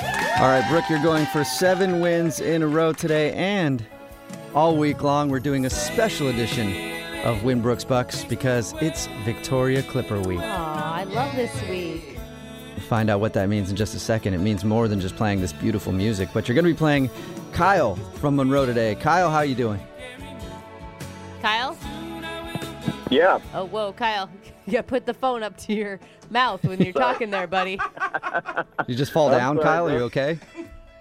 All right, Brooke, you're going for seven wins in a row today, and all week long we're doing a special edition of Win Brooks Bucks because it's Victoria Clipper Week. Aw, I love this week. Find out what that means in just a second. It means more than just playing this beautiful music, but you're going to be playing Kyle from Monroe today. Kyle, how you doing? Kyle? Yeah, Oh, whoa, Kyle. You put the phone up to your mouth when you're talking there, buddy. You just fall I'm down, sorry, Kyle? Are you Brooke. okay?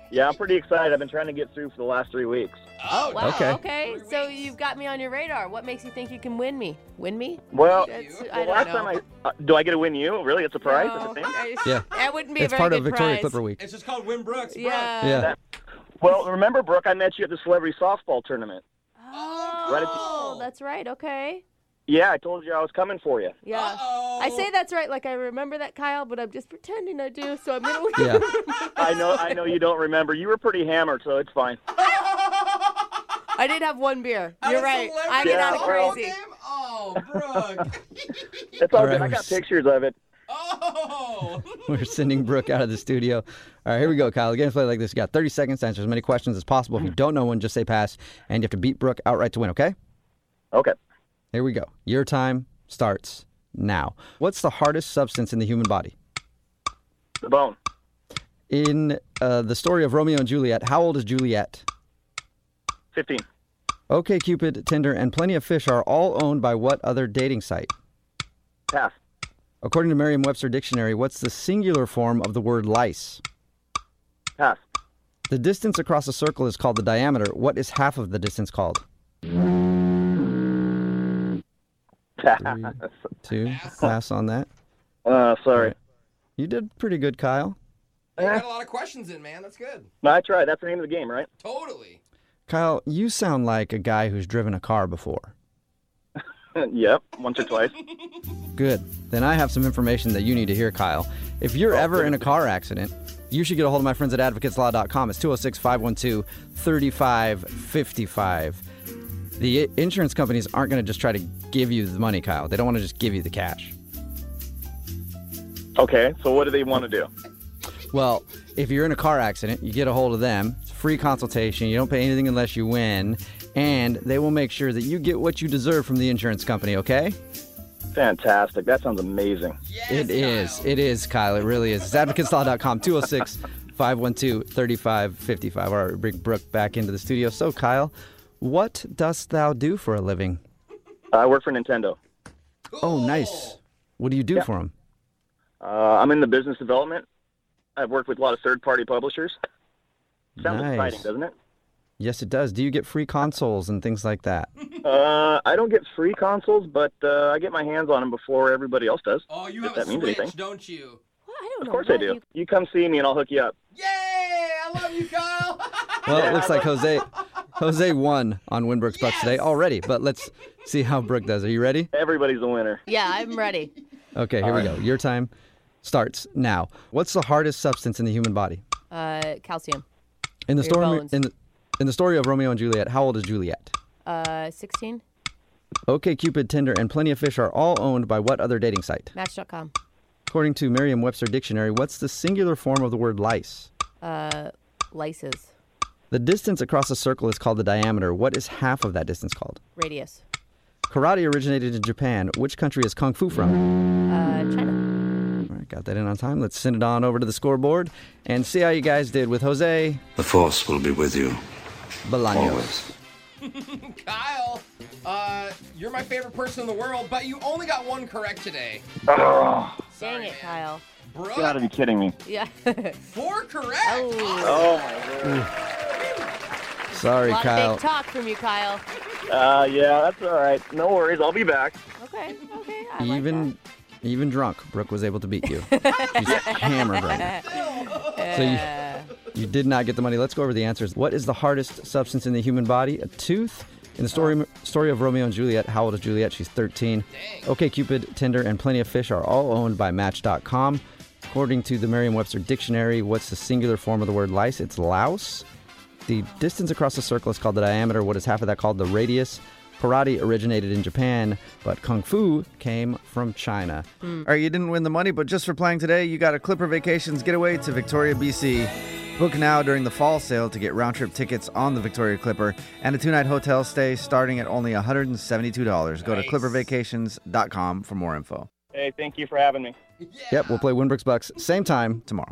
yeah, I'm pretty excited. I've been trying to get through for the last three weeks. Wow. Okay. Okay. So you've got me on your radar. What makes you think you can win me? Win me? Well, That's, the I don't last know. time I uh, do I get to win you? Really, it's a prize. No. It's a thing? Yeah. That wouldn't be It's a very part good of Victoria prize. Clipper Week. It's just called Win Brooks. Brooks. Yeah. Yeah. Well, remember, Brooke, I met you at the celebrity softball tournament. Oh, Right at the- that's right. Okay. Yeah, I told you I was coming for you. Yeah. Uh-oh. Oh, I say that's right, like I remember that, Kyle, but I'm just pretending I do, so I'm gonna. Yeah. I know, I know you don't remember. You were pretty hammered, so it's fine. I did have one beer. At a You're right. I celebrity get out of softball crazy. game? Oh, Brooke. It's all, All right, good. I we're got s- pictures of it. oh. We're sending Brooke out of the studio. All right, here we go, Kyle. The game's played like this. You got 30 seconds to answer as many questions as possible. If you don't know one, just say pass, and you have to beat Brooke outright to win, okay? Okay. Here we go. Your time starts now. What's the hardest substance in the human body? The bone. In uh, the story of Romeo and Juliet, how old is Juliet? 15. OK Cupid, Tinder, and Plenty of Fish are all owned by what other dating site? Pass. According to Merriam Webster Dictionary, what's the singular form of the word lice? Pass. The distance across a circle is called the diameter. What is half of the distance called? Pass. Two. Pass on that. Uh, sorry. You did pretty good, Kyle. You got a lot of questions in, man. That's good. No, I tried. That's the name of the game, right? Totally. Kyle, you sound like a guy who's driven a car before. yep. Once or twice. Good. Then I have some information that you need to hear, Kyle. If you're ever in a car accident, you should get a hold of my friends at advocateslaw.com. It's 206 512 3555. The i- insurance companies aren't going to just try to give you the money, Kyle. They don't want to just give you the cash. Okay. So what do they want to do? Well, if you're in a car accident, you get a hold of them. It's a free consultation. You don't pay anything unless you win. And they will make sure that you get what you deserve from the insurance company, okay? Fantastic. That sounds amazing. Yes, It is. It is, Kyle. It really is. It's advocateslaw.com, 206 512 3555. All right, we bring Brooke back into the studio. So, Kyle, what dost thou do for a living? I work for Nintendo. Oh, nice. What do you do for 'em? for him? Uh, I'm in the business development. I've worked with a lot of third-party publishers. Sounds Nice. exciting, doesn't it? Yes, it does. Do you get free consoles and things like that? Uh, I don't get free consoles, but uh, I get my hands on them before everybody else does. Oh, you have a If that means switch, anything. don't you? Well, I don't Of know. course what I do. you- You come see me and I'll hook you up. Yay! I love you, Kyle. Well, Yeah, it looks I like Jose Jose won on Winbrook's Bucks today already, but let's see how Brooke does. Are you ready? Everybody's a winner. Yeah, I'm ready. Okay, here we go. Your time starts now. What's the hardest substance in the human body? Uh, calcium. In the For your story bones. in the, in the story of Romeo and Juliet, how old is Juliet? Uh, 16. OK Cupid, Tinder, and Plenty of Fish are all owned by what other dating site? Match.com. According to Merriam-Webster Dictionary, what's the singular form of the word lice? Lices. The distance across a circle is called the diameter. What is half of that distance called? Radius. Karate originated in Japan. Which country is kung fu from? Uh, China. All right, got that in on time. Let's send it on over to the scoreboard and see how you guys did with Jose The Force will be with you Bolaños. always. Kyle, uh, you're my favorite person in the world, but you only got one correct today. Dang Sorry, it, man. Kyle. Brooke, You gotta be kidding me. Yeah. four correct. oh. Oh my Sorry, A lot Kyle. of big talk from you, Kyle. god. Uh, yeah, that's all right. No worries. I'll be back. Okay. Okay. I like even even drunk, Brooke was able to beat you. She's hammered right now. So you, you did not get the money. Let's go over the answers. What is the hardest substance in the human body? A tooth. In the story story of Romeo and Juliet, how old is Juliet? She's 13. Okay, Cupid, Tinder, and Plenty of Fish are all owned by Match.com. According to the Merriam-Webster Dictionary, what's the singular form of the word lice? It's louse. The distance across the circle is called the diameter. What is half of that called the radius? Karate originated in Japan, but Kung Fu came from China. All right, you didn't win the money, but just for playing today, you got a Clipper Vacations getaway to Victoria, BC. Book now during the fall sale to get round trip tickets on the Victoria Clipper and a two night hotel stay starting at only $172. Go to Nice. clippervacations.com for more info. Hey, thank you for having me. Yep, we'll play Winbrook's Bucks same time Tomorrow.